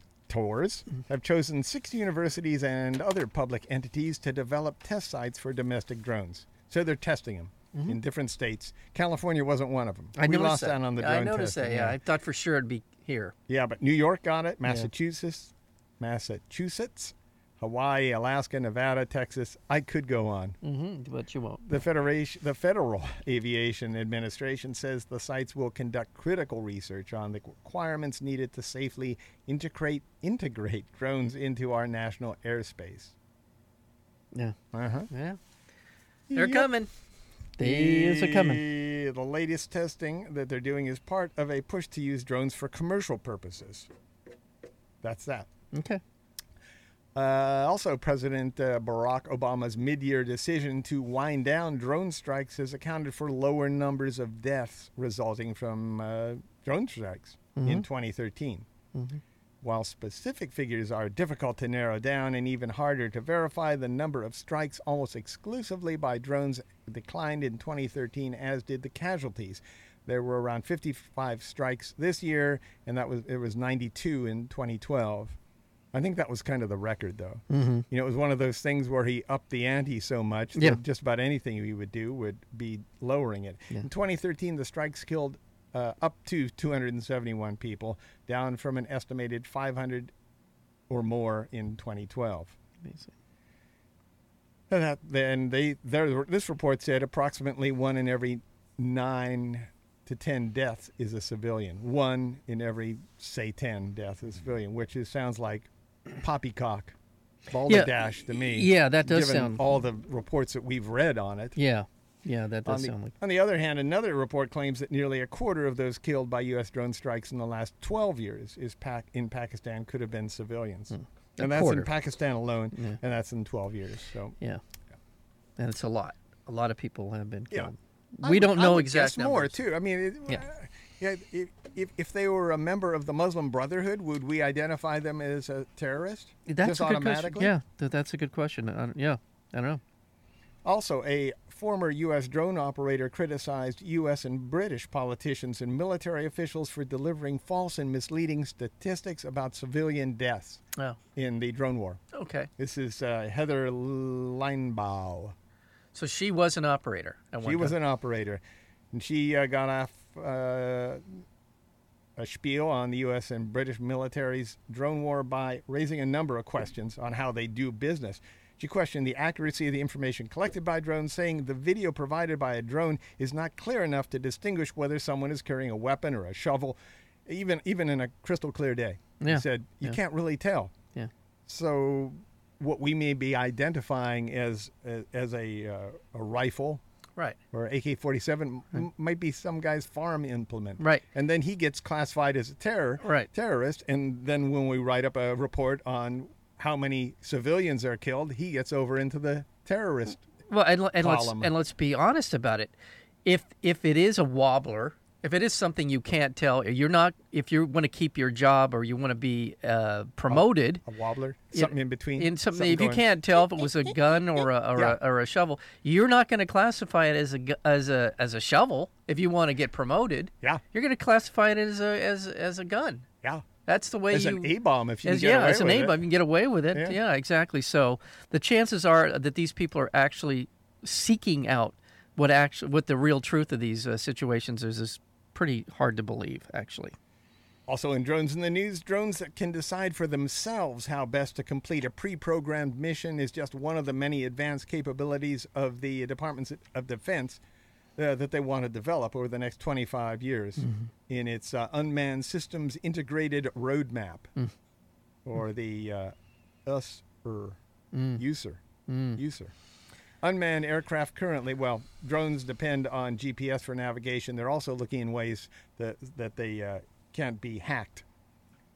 A: have chosen six universities and other public entities to develop test sites for domestic drones. So they're testing them in different states. California wasn't one of them.
B: Mm-hmm. I
A: we
B: noticed
A: lost
B: that.
A: out on the drone
B: I noticed that.
A: testing.
B: Yeah. I thought for sure it'd be here.
A: Yeah, but New York got it. Massachusetts, Massachusetts, Hawaii, Alaska, Nevada, Texas. I could go on.
B: Mm-hmm. But you won't.
A: The Federation, the Federal Aviation Administration says the sites will conduct critical research on the requirements needed to safely integrate integrate drones into our national airspace.
B: Yeah.
A: Uh-huh.
B: Yeah. They're
A: Yep.
B: coming. They is a coming.
A: The the latest testing that they're doing is part of a push to use drones for commercial purposes. That's that.
B: Okay.
A: Uh, also, President uh, Barack Obama's mid year decision to wind down drone strikes has accounted for lower numbers of deaths resulting from uh, drone strikes in 2013. While specific figures are difficult to narrow down and even harder to verify, the number of strikes almost exclusively by drones declined in 2013, as did the casualties. There were around 55 strikes this year, and that was it was 92 in 2012. I think that was kind of the record, though. You know, it was one of those things where he upped the ante so much
B: Yeah.
A: that just about anything he would do would be lowering it. In 2013, the strikes killed uh, up to 271 people, down from an estimated 500 or more in 2012.
B: Amazing.
A: And that- Then they, their, this report said approximately one in every nine to ten deaths is a civilian. One in every say ten deaths is a civilian, which is sounds like poppycock, balderdash to me.
B: yeah, that does
A: given
B: sound-
A: All the reports that we've read on it.
B: Yeah. Yeah. That does
A: On the,
B: sound like.
A: on the other hand, another report claims that nearly a quarter of those killed by U.S. drone strikes in the last 12 years is Pac- in Pakistan could have been civilians.
B: Hmm. A
A: And that's
B: quarter.
A: in Pakistan alone, and that's in 12 years. So
B: Yeah. And it's a lot. A lot of people have been
A: Yeah.
B: killed.
A: I
B: We
A: would-
B: don't
A: I
B: know
A: would
B: exact
A: guess more
B: numbers.
A: too. I mean, it,
B: Yeah.
A: Yeah, if, if, if they were a member of the Muslim Brotherhood, would we identify them as a terrorist?
B: That's
A: Just
B: a good question.
A: automatically?
B: Yeah, th- that's a good question. I don't- yeah, I don't know.
A: Also, a former U.S. drone operator criticized U.S. and British politicians and military officials for delivering false and misleading statistics about civilian deaths
B: Oh,
A: in the drone war.
B: okay.
A: This is uh, Heather Leinbaugh.
B: So she was an operator. At
A: She was an operator, and she uh, got off uh, a spiel on the U.S. and British military's drone war by raising a number of questions on how they do business. She questioned the accuracy of the information collected by drones, saying the video provided by a drone is not clear enough to distinguish whether someone is carrying a weapon or a shovel, even even in a crystal clear day.
B: Yeah.
A: She said you
B: Yeah.
A: can't really tell.
B: Yeah.
A: So, what we may be identifying as as, as a uh, a rifle
B: Right.
A: or AK-47 m- might be some guy's farm implement.
B: Right.
A: And then he gets classified as a terror
B: Right.
A: terrorist and then when we write up a report on how many civilians are killed, he gets over into the terrorist.
B: Well, and, le- and let's
A: column.
B: and let's be honest about it. If if it is a wobbler, if it is something you can't tell, you're not. If you want to keep your job or you want to be uh, promoted,
A: A wobbler, something in between.
B: in something, if you
A: going-
B: can't tell if it was a gun or a or, a, or a shovel, you're not going to classify it as a gu- as a as a shovel. If you want to get promoted,
A: Yeah.
B: you're going to classify it as a as as a gun.
A: Yeah.
B: That's the way
A: As
B: you
A: an A-bomb if you
B: as-
A: can get
B: yeah,
A: away
B: as an
A: with
B: aim,
A: it.
B: I can get away with it.
A: Yeah.
B: Yeah. exactly. So the chances are that these people are actually seeking out what actually what the real truth of these uh, situations is is pretty hard to believe, actually.
A: Also in drones in the news, drones that can decide for themselves how best to complete a pre-programmed mission is just one of the many advanced capabilities of the Department of Defense uh, that they want to develop over the next 25 years in its uh, unmanned systems integrated roadmap, or the uh, USER,
B: Mm.
A: user, user. Unmanned aircraft currently, well, drones depend on GPS for navigation. They're also looking in ways that that they uh, can't be hacked,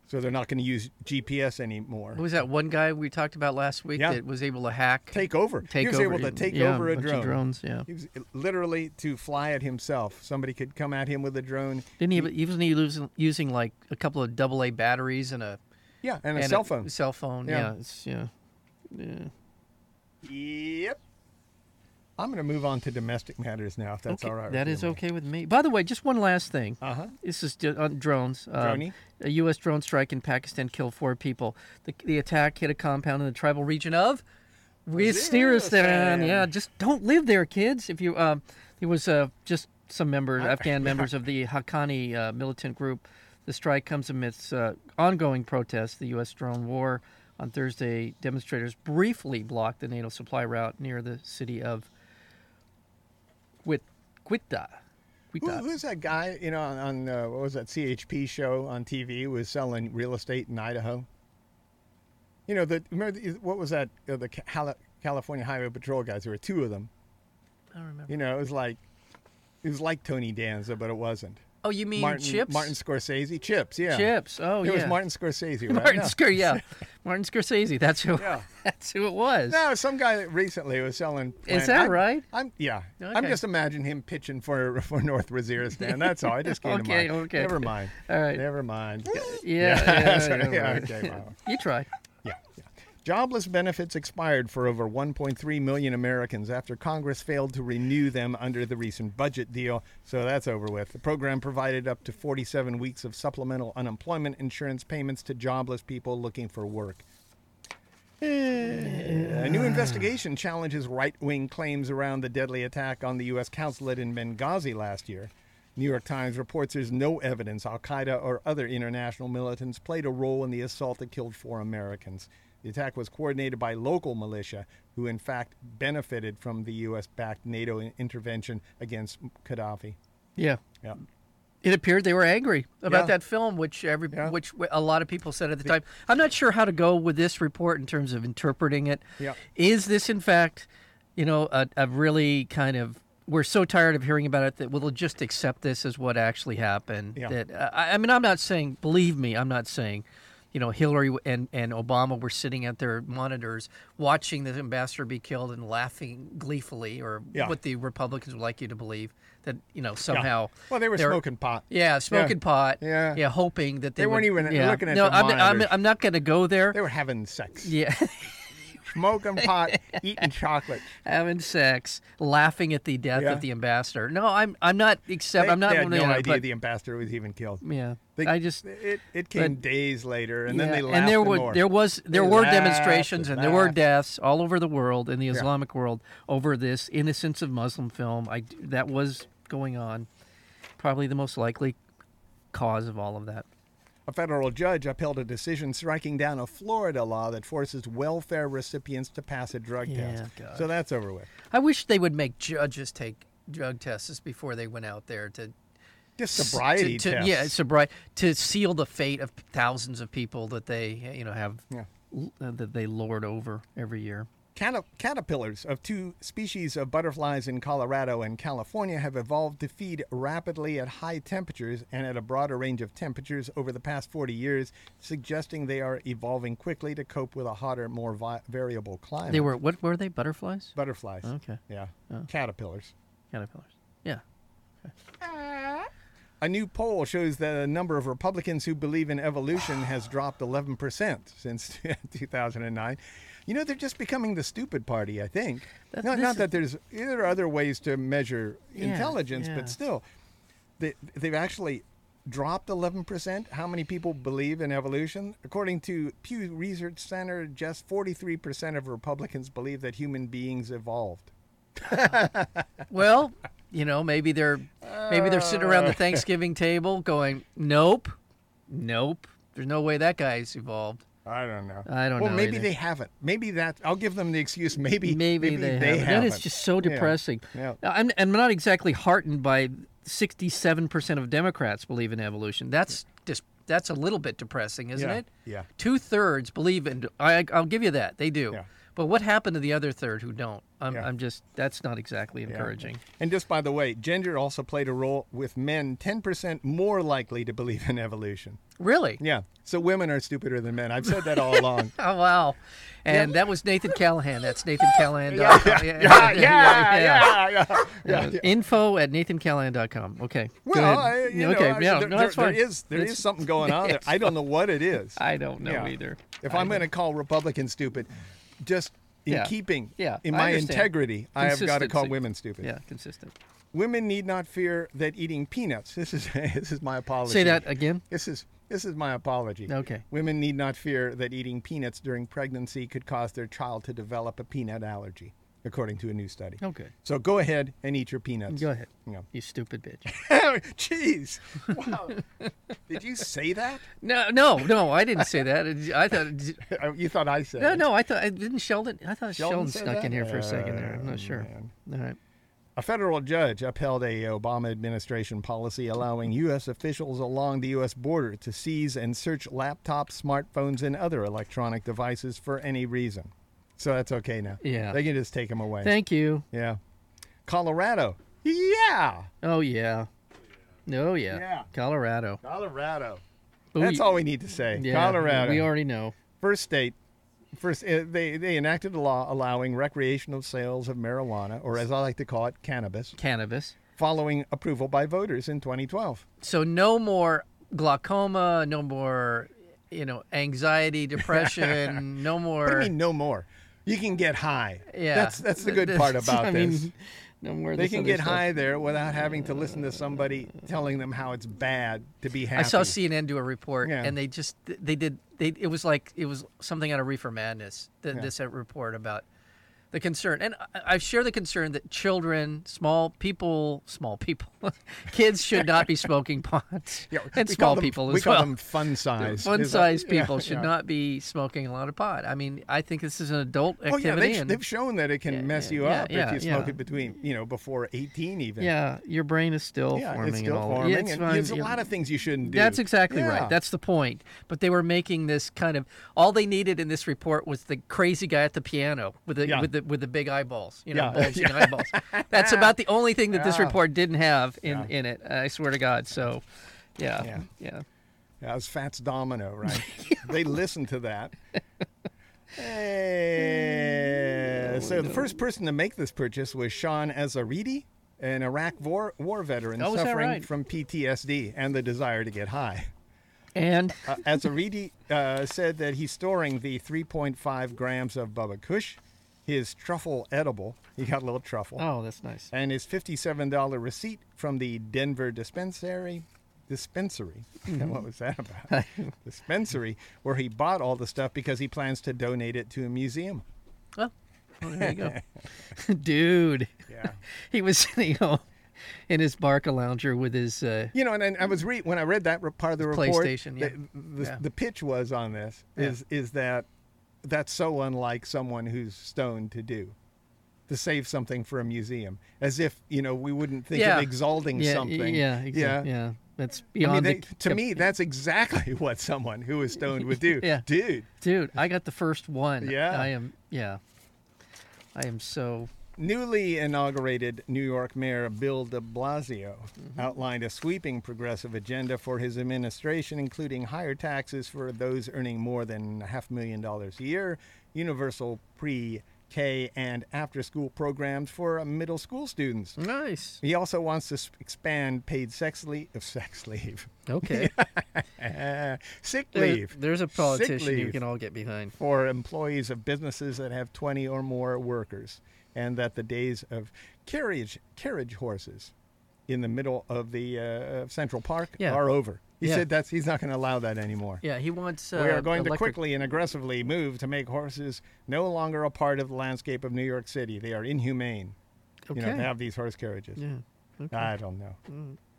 A: so they're not going to use GPS anymore.
B: What was that one guy we talked about last week
A: Yeah.
B: that was able to hack
A: Take over.
B: take
A: he was
B: over
A: able to take
B: yeah,
A: over a
B: bunch of
A: drone.
B: drones, yeah.
A: He was uh, literally to fly it himself. Somebody could come at him with a drone.
B: Didn't he even he using, using like a couple of double A batteries and a
A: Yeah, and a cell phone.
B: Cell phone.
A: Yeah.
B: Yeah. it's, yeah. Yeah.
A: Yep. I'm going to move on to domestic matters now, if that's
B: okay.
A: all right.
B: That is okay with me. By the way, just one last thing.
A: Uh huh.
B: This is ju- on drones. Um,
A: Droney?
B: a U.S. drone strike in Pakistan killed four people. The, the attack hit a compound in the tribal region of
A: Waziristan.
B: Waziristan. Yeah, just don't live there, kids. If you, um, it was uh, just some members, Afghan members of the Haqqani uh, militant group. The strike comes amidst uh, ongoing protests. The U.S. drone war on Thursday. Demonstrators briefly blocked the NATO supply route near the city of Quit Quetta.
A: Who,
B: Quetta.
A: who's that guy? You know, on, on uh, what was that CHP show on TV who was selling real estate in Idaho? You know, the remember the, what was that? Uh, the Cali- California Highway Patrol guys. There were two of them.
B: I don't remember.
A: You know, it was like it was like Tony Danza, but it wasn't.
B: Oh, you mean
A: Martin
B: chips?
A: Martin Scorsese. Chips. Yeah.
B: Chips. Oh,
A: It
B: yeah.
A: was Martin Scorsese. Right?
B: Martin
A: No.
B: Scor- yeah. Martin Scorsese. That's who.
A: Yeah.
B: That's who it was.
A: No, some guy recently was selling.
B: Is
A: plant-
B: that
A: I'm-
B: right?
A: I'm yeah. I'm
B: Okay.
A: just imagining him pitching for for North Waziristan. That's all. I just came
B: Okay,
A: to mind.
B: okay.
A: Never mind.
B: All right.
A: Never mind.
B: Yeah.
A: Yeah,
B: yeah,
A: yeah,
B: right.
A: okay, wow.
B: You try.
A: Yeah. yeah. Jobless benefits expired for over 1.3 million Americans after Congress failed to renew them under the recent budget deal. So that's over with. The program provided up to 47 weeks of supplemental unemployment insurance payments to jobless people looking for work. A new investigation challenges right wing claims around the deadly attack on the U.S. consulate in Benghazi last year. New York Times reports there's no evidence Al Qaeda or other international militants played a role in the assault that killed four Americans. The attack was coordinated by local militia, who in fact benefited from the U.S. backed NATO in- intervention against Gaddafi.
B: Yeah.
A: Yeah.
B: It appeared they were angry about
A: Yeah.
B: that film, which every
A: Yeah.
B: which a lot of people said at the time. I'm not sure how to go with this report in terms of interpreting it. Is
A: Yeah.
B: this in fact, you know, a, a really kind of we're so tired of hearing about it that we'll just accept this as what actually happened.
A: Yeah.
B: That uh, I, I mean, I'm not saying believe me, I'm not saying. You know, Hillary and, and Obama were sitting at their monitors watching the ambassador be killed and laughing gleefully, or
A: Yeah.
B: what the Republicans would like you to believe. that you know somehow.
A: Well, they were
B: they're-
A: smoking pot.
B: Yeah, smoking pot.
A: Yeah.
B: Yeah, hoping that they,
A: They
B: would-
A: weren't even
B: yeah.
A: looking at
B: No,
A: the
B: I'm, I'm,
A: monitors.
B: I'm not going to go there.
A: They were having sex,
B: yeah,
A: smoking pot, eating chocolate.
B: having sex, laughing at the death
A: Yeah.
B: of the ambassador. No, I'm I'm not. Except
A: They,
B: I'm not.
A: they had
B: really
A: no
B: gonna
A: idea
B: put-
A: the ambassador was even killed.
B: yeah,
A: They-
B: I just
A: it, it came days later, and then
B: Yeah,
A: they laughed
B: and there
A: some
B: were
A: more.
B: there was there
A: They
B: were
A: laughed and
B: demonstrations and there were
A: laughed.
B: deaths all over the world in the Islamic world over this innocence of Muslim film. I that was going on, probably the most likely cause of all of that.
A: A federal judge upheld a decision striking down a Florida law that forces welfare recipients to pass a drug
B: Yeah,
A: test.
B: God.
A: So that's over with.
B: I wish they would make judges take drug tests before they went out there to
A: Just sobriety
B: to, to,
A: tests.
B: Yeah, sobriety to seal the fate of thousands of people that they you know have
A: Yeah.
B: l- uh, that they lord over every year.
A: Cata- caterpillars of two species of butterflies in Colorado and California have evolved to feed rapidly at high temperatures and at a broader range of temperatures over the past 40 years, suggesting they are evolving quickly to cope with a hotter, more vi- variable climate.
B: They were what were they butterflies?
A: butterflies.
B: Okay. Oh.
A: Yeah. Caterpillars.
B: Caterpillars. Yeah.
A: A new poll shows that the number of Republicans who believe in evolution has dropped 11% since 2009. You know, they're just becoming the stupid party, I think.
B: That-
A: not
B: this
A: not
B: is-
A: that there's, there are other ways to measure
B: Yeah,
A: intelligence,
B: yeah.
A: but still, they, they've actually dropped 11%. How many people believe in evolution? According to Pew Research Center, just 43% of Republicans believe that human beings evolved.
B: Well, you know, maybe they're maybe they're sitting around the
A: Uh.
B: Thanksgiving table going, "Nope, nope. There's no way that guy's evolved."
A: I don't know.
B: I don't
A: well,
B: know
A: maybe
B: either.
A: they haven't. Maybe that I'll give them the excuse. Maybe
B: Maybe, they, haven't. That is just so
A: Yeah.
B: depressing.
A: Yeah.
B: Now, I'm I'm not exactly heartened by 67% of Democrats believe in evolution. That's just that's a little bit depressing, isn't
A: Yeah,
B: it?
A: yeah.
B: Two thirds believe in. I, I'll give you that. They do.
A: Yeah.
B: But what happened to the other third who don't? I'm,
A: Yeah.
B: I'm just that's not exactly
A: Yeah.
B: encouraging.
A: And just by the way, gender also played a role with men 10% more likely to believe in evolution.
B: Really?
A: Yeah. So women are stupider than men. I've said that all along.
B: Oh wow! And that was Nathan Callahan. That's Nathan Callahan.
A: yeah, yeah, yeah, yeah, yeah, yeah, yeah.
B: Info at nathancallahan.com. Okay. Go
A: Well,
B: ahead.
A: I, you know,
B: okay.
A: I-
B: yeah,
A: there,
B: no,
A: there-
B: that's fine.
A: there is there is
B: It's-
A: something going on there. I don't know what it is.
B: I don't know
A: Yeah.
B: either.
A: If I'm going to call Republicans stupid, just in
B: Yeah.
A: keeping,
B: Yeah,
A: in
B: I
A: my
B: understand.
A: integrity, I have got to call
B: Consistency.
A: women stupid.
B: Yeah, consistent.
A: Women need not fear that eating peanuts. This is this is my apology.
B: Say that again.
A: This is this is my apology.
B: Okay.
A: Women need not fear that eating peanuts during pregnancy could cause their child to develop a peanut allergy, according to a new study.
B: Okay.
A: So go ahead and eat your peanuts.
B: Oh. Go ahead.
A: Yeah.
B: You stupid bitch.
A: Jeez. Wow. Did you say that?
B: No, no, no. I didn't say that. I thought.
A: Oh, You thought I said
B: No,
A: it.
B: no. I thought. I didn't Sheldon. I thought
A: Sheldon
B: Sheldon,
A: said
B: snuck
A: that?
B: in here for a second there.
A: Oh,
B: I'm not sure.
A: man.
B: All right.
A: A federal judge upheld a Obama administration policy allowing U.S. officials along the U.S. border to seize and search laptops, smartphones, and other electronic devices for any reason. So that's okay now.
B: Yeah.
A: They can just take them away.
B: Thank you.
A: yeah. Colorado. Yeah.
B: Oh yeah. No, yeah.
A: Yeah.
B: Colorado.
A: Colorado.
B: But
A: That's
B: we-
A: all we need to say.
B: Yeah,
A: Colorado.
B: We already know.
A: first state first uh, they they enacted a law allowing recreational sales of marijuana or as I like to call it cannabis
B: Cannabis.
A: following approval by voters in 2012.
B: So no more glaucoma, no more, you know, anxiety, depression, no more.
A: What do you mean no more? You can get high.
B: Yeah,
A: That's that's the good
B: Th-
A: part
B: that's-
A: about
B: I
A: this.
B: Mean, no more. of
A: they
B: this
A: can
B: other
A: get
B: stuff.
A: high there without having to listen to somebody telling them how it's bad to be happy.
B: I saw CNN do a report,
A: Yeah.
B: and they just they did they it was like it was something out of Reefer Madness. Th- This report about the concern, and I, I share the concern that children, small people, small people, kids should not be smoking pot,
A: Yeah,
B: and
A: we
B: small
A: call them-
B: people
A: We
B: as
A: call
B: well.
A: them fun size.
B: Fun
A: Is that-
B: size
A: yeah,
B: people should
A: yeah.
B: not be smoking a lot of pot. I mean, I think this is an adult
A: Oh
B: activity.
A: yeah, they've,
B: and,
A: they've shown that it can mess you
B: yeah,
A: up
B: yeah,
A: if you smoke
B: yeah.
A: it between you know before 18 even.
B: yeah, your brain is still
A: Yeah,
B: forming
A: it's still
B: and all.
A: forming.
B: Yeah, it's
A: and
B: fine.
A: There's a
B: Yeah.
A: lot of things you shouldn't do.
B: That's exactly
A: Yeah.
B: right. That's the point. But they were making this kind of all they needed in this report was the crazy guy at the piano with the
A: Yeah.
B: with the with the big eyeballs, you know,
A: Yeah.
B: bulging eyeballs. That's about the only thing that this
A: Yeah.
B: report didn't have in in it. I swear to God. So, yeah,
A: Yeah.
B: yeah,
A: that was Fats Domino, right? they listened to that. Eh, so the first person to make this purchase was Sean Azaridi, an Iraq war, war veteran
B: Oh, is that
A: suffering
B: right?
A: from PTSD and the desire to get high.
B: And
A: Uh, Azaridi uh, said that he's storing the 3.5 grams of Bubba Kush, his truffle edible. He got a little truffle.
B: oh, that's nice.
A: and his $57 receipt from the Denver dispensary. Dispensary.
B: Mm-hmm.
A: what was that about? dispensary, where he bought all the stuff because he plans to donate it to a museum.
B: Oh, well, there you go, dude.
A: Yeah.
B: He was sitting home in his Barca lounger with his. Uh,
A: You know, and, and I was re- when I read that re- part of the report.
B: PlayStation, yeah.
A: The, the,
B: Yeah.
A: the pitch was on this is is that that's so unlike someone who's stoned to do, to save something for a museum, as if you know we wouldn't think
B: Yeah.
A: of exalting
B: yeah,
A: something.
B: Yeah, exactly. Yeah. that's
A: I
B: beyond
A: mean, they,
B: the,
A: to me, that's exactly what someone who is stoned would do.
B: Yeah.
A: Dude,
B: dude. I got the first one.
A: Yeah.
B: I am. Yeah, I am so.
A: newly inaugurated New York Mayor Bill de Blasio outlined a sweeping progressive agenda for his administration, including higher taxes for those earning more than a half million dollars a year, universal pre K and after school programs for middle school students.
B: Nice.
A: He also wants to s- expand paid sex leave, sex leave,
B: Okay.
A: sick
B: There-
A: leave.
B: there's a politician you
A: leave.
B: can all get behind.
A: for employees of businesses that have 20 or more workers, and that the days of carriage carriage horses in the middle of the uh, of Central Park
B: Yeah.
A: are over. He
B: Yeah.
A: said that's he's not going to allow that anymore.
B: Yeah, he wants. Uh,
A: We are going to
B: electric-
A: quickly and aggressively move to make horses no longer a part of the landscape of New York City. They are inhumane.
B: Okay.
A: You know, to have these horse carriages.
B: yeah. Okay. Mm.
A: I don't know.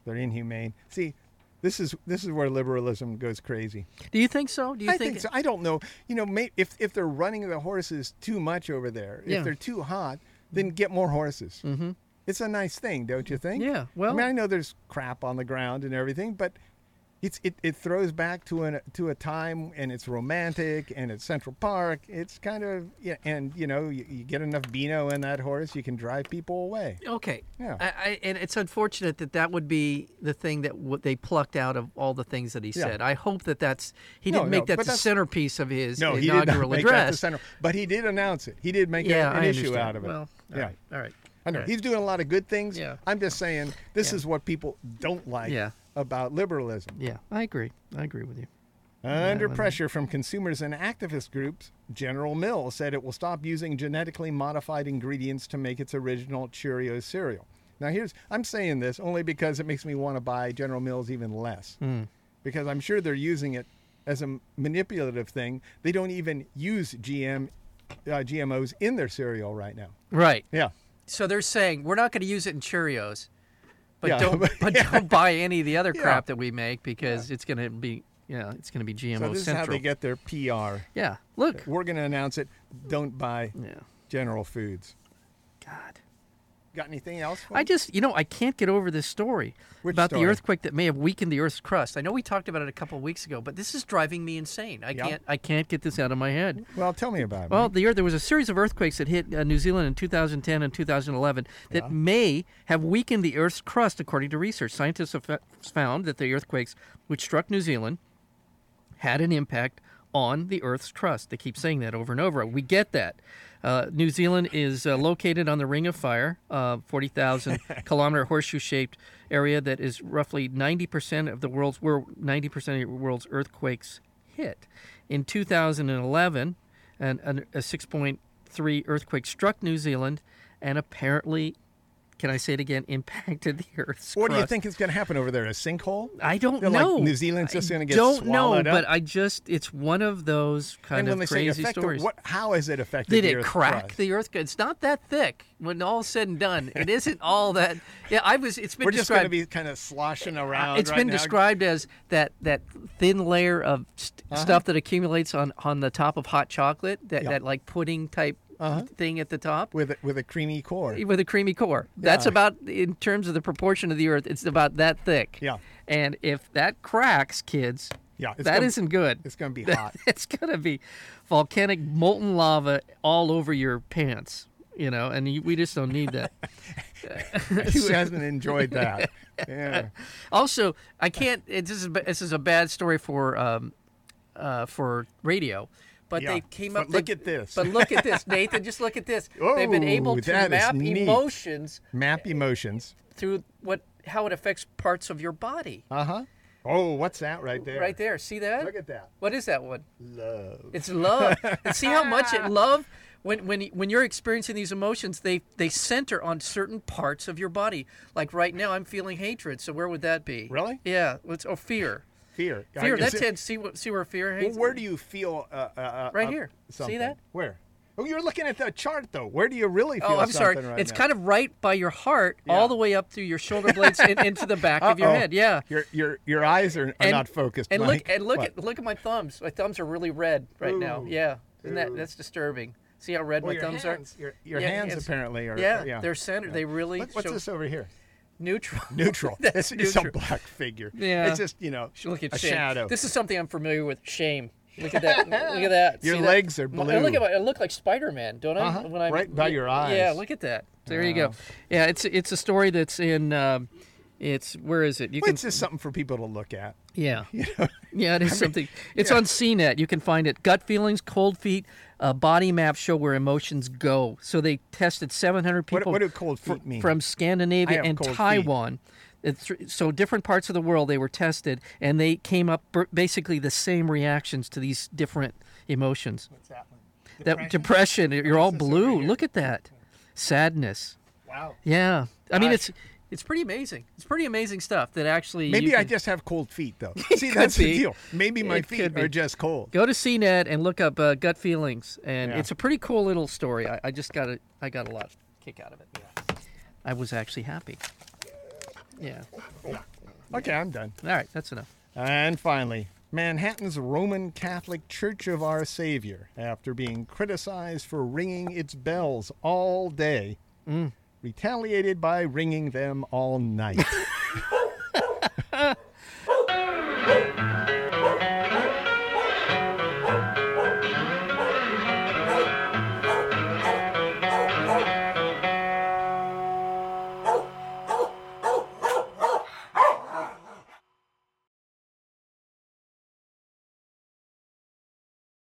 A: They're inhumane. See, this is this is where liberalism goes crazy.
B: Do you think so? Do you
A: I think, so. I don't know. You know, may, if if they're running the horses too much over there,
B: Yeah.
A: if they're too hot, then get more horses.
B: Mhm.
A: It's a nice thing, don't you think?
B: Yeah, well-
A: I mean, I know there's crap on the ground and everything, but it's it, it throws back to an to a time and it's romantic and it's Central Park. It's kind of yeah, and you know, you, you get enough vino in that horse, you can drive people away.
B: Okay.
A: Yeah.
B: I, I, and it's unfortunate that that would be the thing that w- they plucked out of all the things that he
A: Yeah.
B: said. I hope that that's he
A: No,
B: didn't
A: no,
B: make that
A: but
B: the
A: that's-
B: centerpiece of his
A: No, he did
B: inaugural
A: not make
B: address.
A: that the center, but he did announce it. He did make
B: yeah,
A: an,
B: I
A: an issue
B: understand.
A: out of it.
B: Well, all
A: yeah.
B: right, all right.
A: I know
B: all right.
A: he's doing a lot of good things.
B: Yeah.
A: I'm just saying this
B: Yeah.
A: is what people don't like
B: Yeah.
A: about liberalism.
B: Yeah, I agree. I agree with you.
A: Under
B: I know.
A: pressure from consumers and activist groups, General Mills said it will stop using genetically modified ingredients to make its original Cheerio cereal. Now here's I'm saying this only because it makes me want to buy General Mills even less.
B: Hmm.
A: Because I'm sure they're using it as a manipulative thing. They don't even use GM uh, GMOs in their cereal right now.
B: Right.
A: Yeah.
B: So they're saying we're not going to use it in Cheerios, but
A: Yeah,
B: don't
A: but-
B: but don't buy any of the other
A: Yeah.
B: crap that we make because it's going to be yeah it's going to be GMO
A: So this
B: central.
A: is how they get their PR.
B: yeah. Look.
A: We're going to announce it. Don't buy
B: Yeah.
A: General Foods.
B: God.
A: Got anything else? for
B: I
A: me?
B: just, you know, I can't get over this story
A: Which
B: about
A: story?
B: the earthquake that may have weakened the Earth's crust. I know we talked about it a couple of weeks ago, but this is driving me insane. I
A: Yeah.
B: can't, I can't get this out of my head.
A: Well, tell me about it.
B: Well, the earth, there was a series of earthquakes that hit uh, New Zealand in 2010 and 2011 that may have weakened the Earth's crust, according to research. Scientists have fa- found that the earthquakes which struck New Zealand had an impact on the Earth's crust. They keep saying that over and over. We get that. Uh, New Zealand is uh, located on the Ring of Fire, uh, 40,000 kilometer horseshoe shaped area that is roughly 90% of the world's where 90% of the world's earthquakes hit. In 2011, an, an, a 6.3 earthquake struck New Zealand and apparently, can I say it again, impacted the Earth's
A: what do you
B: crust.
A: think is going to happen over there? A sinkhole?
B: I don't
A: They're like,
B: know.
A: New Zealand's just
B: I
A: gonna get
B: Don't
A: swallowed
B: know,
A: up?
B: but I just it's one of those kind
A: and
B: of
A: when they say
B: crazy
A: affected,
B: stories.
A: what? How has it affected?
B: Did
A: the
B: it
A: Earth's
B: crack
A: crust?
B: the earth? It's not that thick. When all said and done, it isn't all that. Yeah, I was. It's been
A: We're just going
B: described.
A: to be kind of sloshing around.
B: it's
A: right
B: been
A: now.
B: described as that that thin layer of st-
A: Uh-huh.
B: stuff that accumulates on on the top of hot chocolate. That
A: Yeah.
B: that like pudding type
A: Uh-huh.
B: thing at the top.
A: with a, with a creamy core.
B: with a creamy core. That's about in terms of the proportion of the earth. It's about that thick.
A: Yeah.
B: And if that cracks, kids,
A: Yeah, it's
B: that
A: gonna-
B: not good.
A: It's going to be hot.
B: it's gonna be volcanic molten lava all over your pants. You know, and you, we just don't need that.
A: Who hasn't enjoyed that? Yeah.
B: also, I can't. It, this is this is a bad story for um, uh, for radio, But
A: Yeah.
B: they came
A: But
B: up.
A: look
B: they-
A: at this.
B: But look at this, Nathan. Just look at this. They've been able
A: Oh,
B: to
A: that is
B: map
A: neat.
B: emotions
A: Map emotions.
B: through what how it affects parts of your body.
A: Uh huh. Oh, what's that right there?
B: Right there. See that?
A: Look at that.
B: What is that one?
A: Love.
B: It's love. and see how much it love when when when you're experiencing these emotions, they they center on certain parts of your body. Like right now, I'm feeling hatred. So where would that be?
A: Really?
B: Yeah. Let's or fear.
A: Fear. I-
B: Fear.
A: is
B: That
A: it-
B: tends see what see where fear.
A: Well,
B: hates-
A: where do you feel? Uh, uh, uh,
B: Right
A: uh,
B: here. See
A: something?
B: that?
A: Where? Oh, you're looking at the chart though. Where do you really feel?
B: Oh, I'm sorry.
A: something Right
B: it's
A: now?
B: kind of right by your heart, all the way up through your shoulder blades and into the back of your
A: Uh-oh.
B: head. Yeah.
A: Oh, Your your your eyes are, are not focused.
B: And
A: Mike.
B: look and look
A: What?
B: at look at my thumbs. My thumbs are really red right now.
A: Ooh.
B: Yeah. Isn't that that's disturbing? See how red
A: Well,
B: my
A: your
B: thumbs
A: hands,
B: are?
A: Your, your
B: Yeah,
A: hands
B: hands.
A: apparently are.
B: yeah,
A: yeah.
B: they're centered. They really
A: Look, what's
B: show
A: this over here?
B: neutral.
A: Neutral.
B: That's
A: it's, it's a
B: neutral.
A: black figure.
B: Yeah.
A: It's just you know
B: Look at
A: a
B: shame.
A: shadow.
B: This is something I'm familiar with. Shame. Look at that. look at that.
A: Your
B: See that?
A: legs are
B: My- I look
A: blue.
B: at my, I look like Spider-Man, don't I?
A: Uh-huh. Right by your
B: Yeah.
A: eyes.
B: Look at that. There you go. Yeah. It's it's a story that's in. Um, it's where is it? You
A: Well,
B: can
A: it's just something for people to look at.
B: Yeah. yeah, it is something. It's on CNET. You can find it. Gut feelings, cold feet, uh, body maps show where emotions go. So they tested 700
A: What,
B: people
A: what do cold feet mean?
B: from
A: I
B: Scandinavia
A: have
B: and
A: cold feet.
B: Taiwan. It's thr- So different parts of the world they were tested, and they came up b- basically the same reactions to these different emotions.
A: What's that one?
B: That depression, you're all
A: What's this over
B: blue.
A: here?
B: Look at that, sadness.
A: Wow.
B: Yeah, I mean
A: Gosh.
B: it's it's pretty amazing. It's pretty amazing stuff that actually you
A: Maybe I
B: can-
A: just have cold feet though. See, that's
B: be.
A: the deal. Maybe my
B: It
A: feet
B: could be.
A: are just cold.
B: go to CNET and look up uh, gut feelings, and
A: Yeah.
B: it's a pretty cool little story. I, I just got a, I got a lot of kick out of it. I was actually happy. Yeah.
A: Okay, I'm done.
B: All right, that's enough.
A: And finally, Manhattan's Roman Catholic Church of Our Savior, after being criticized for ringing its bells all day, mm, retaliated by ringing them all night.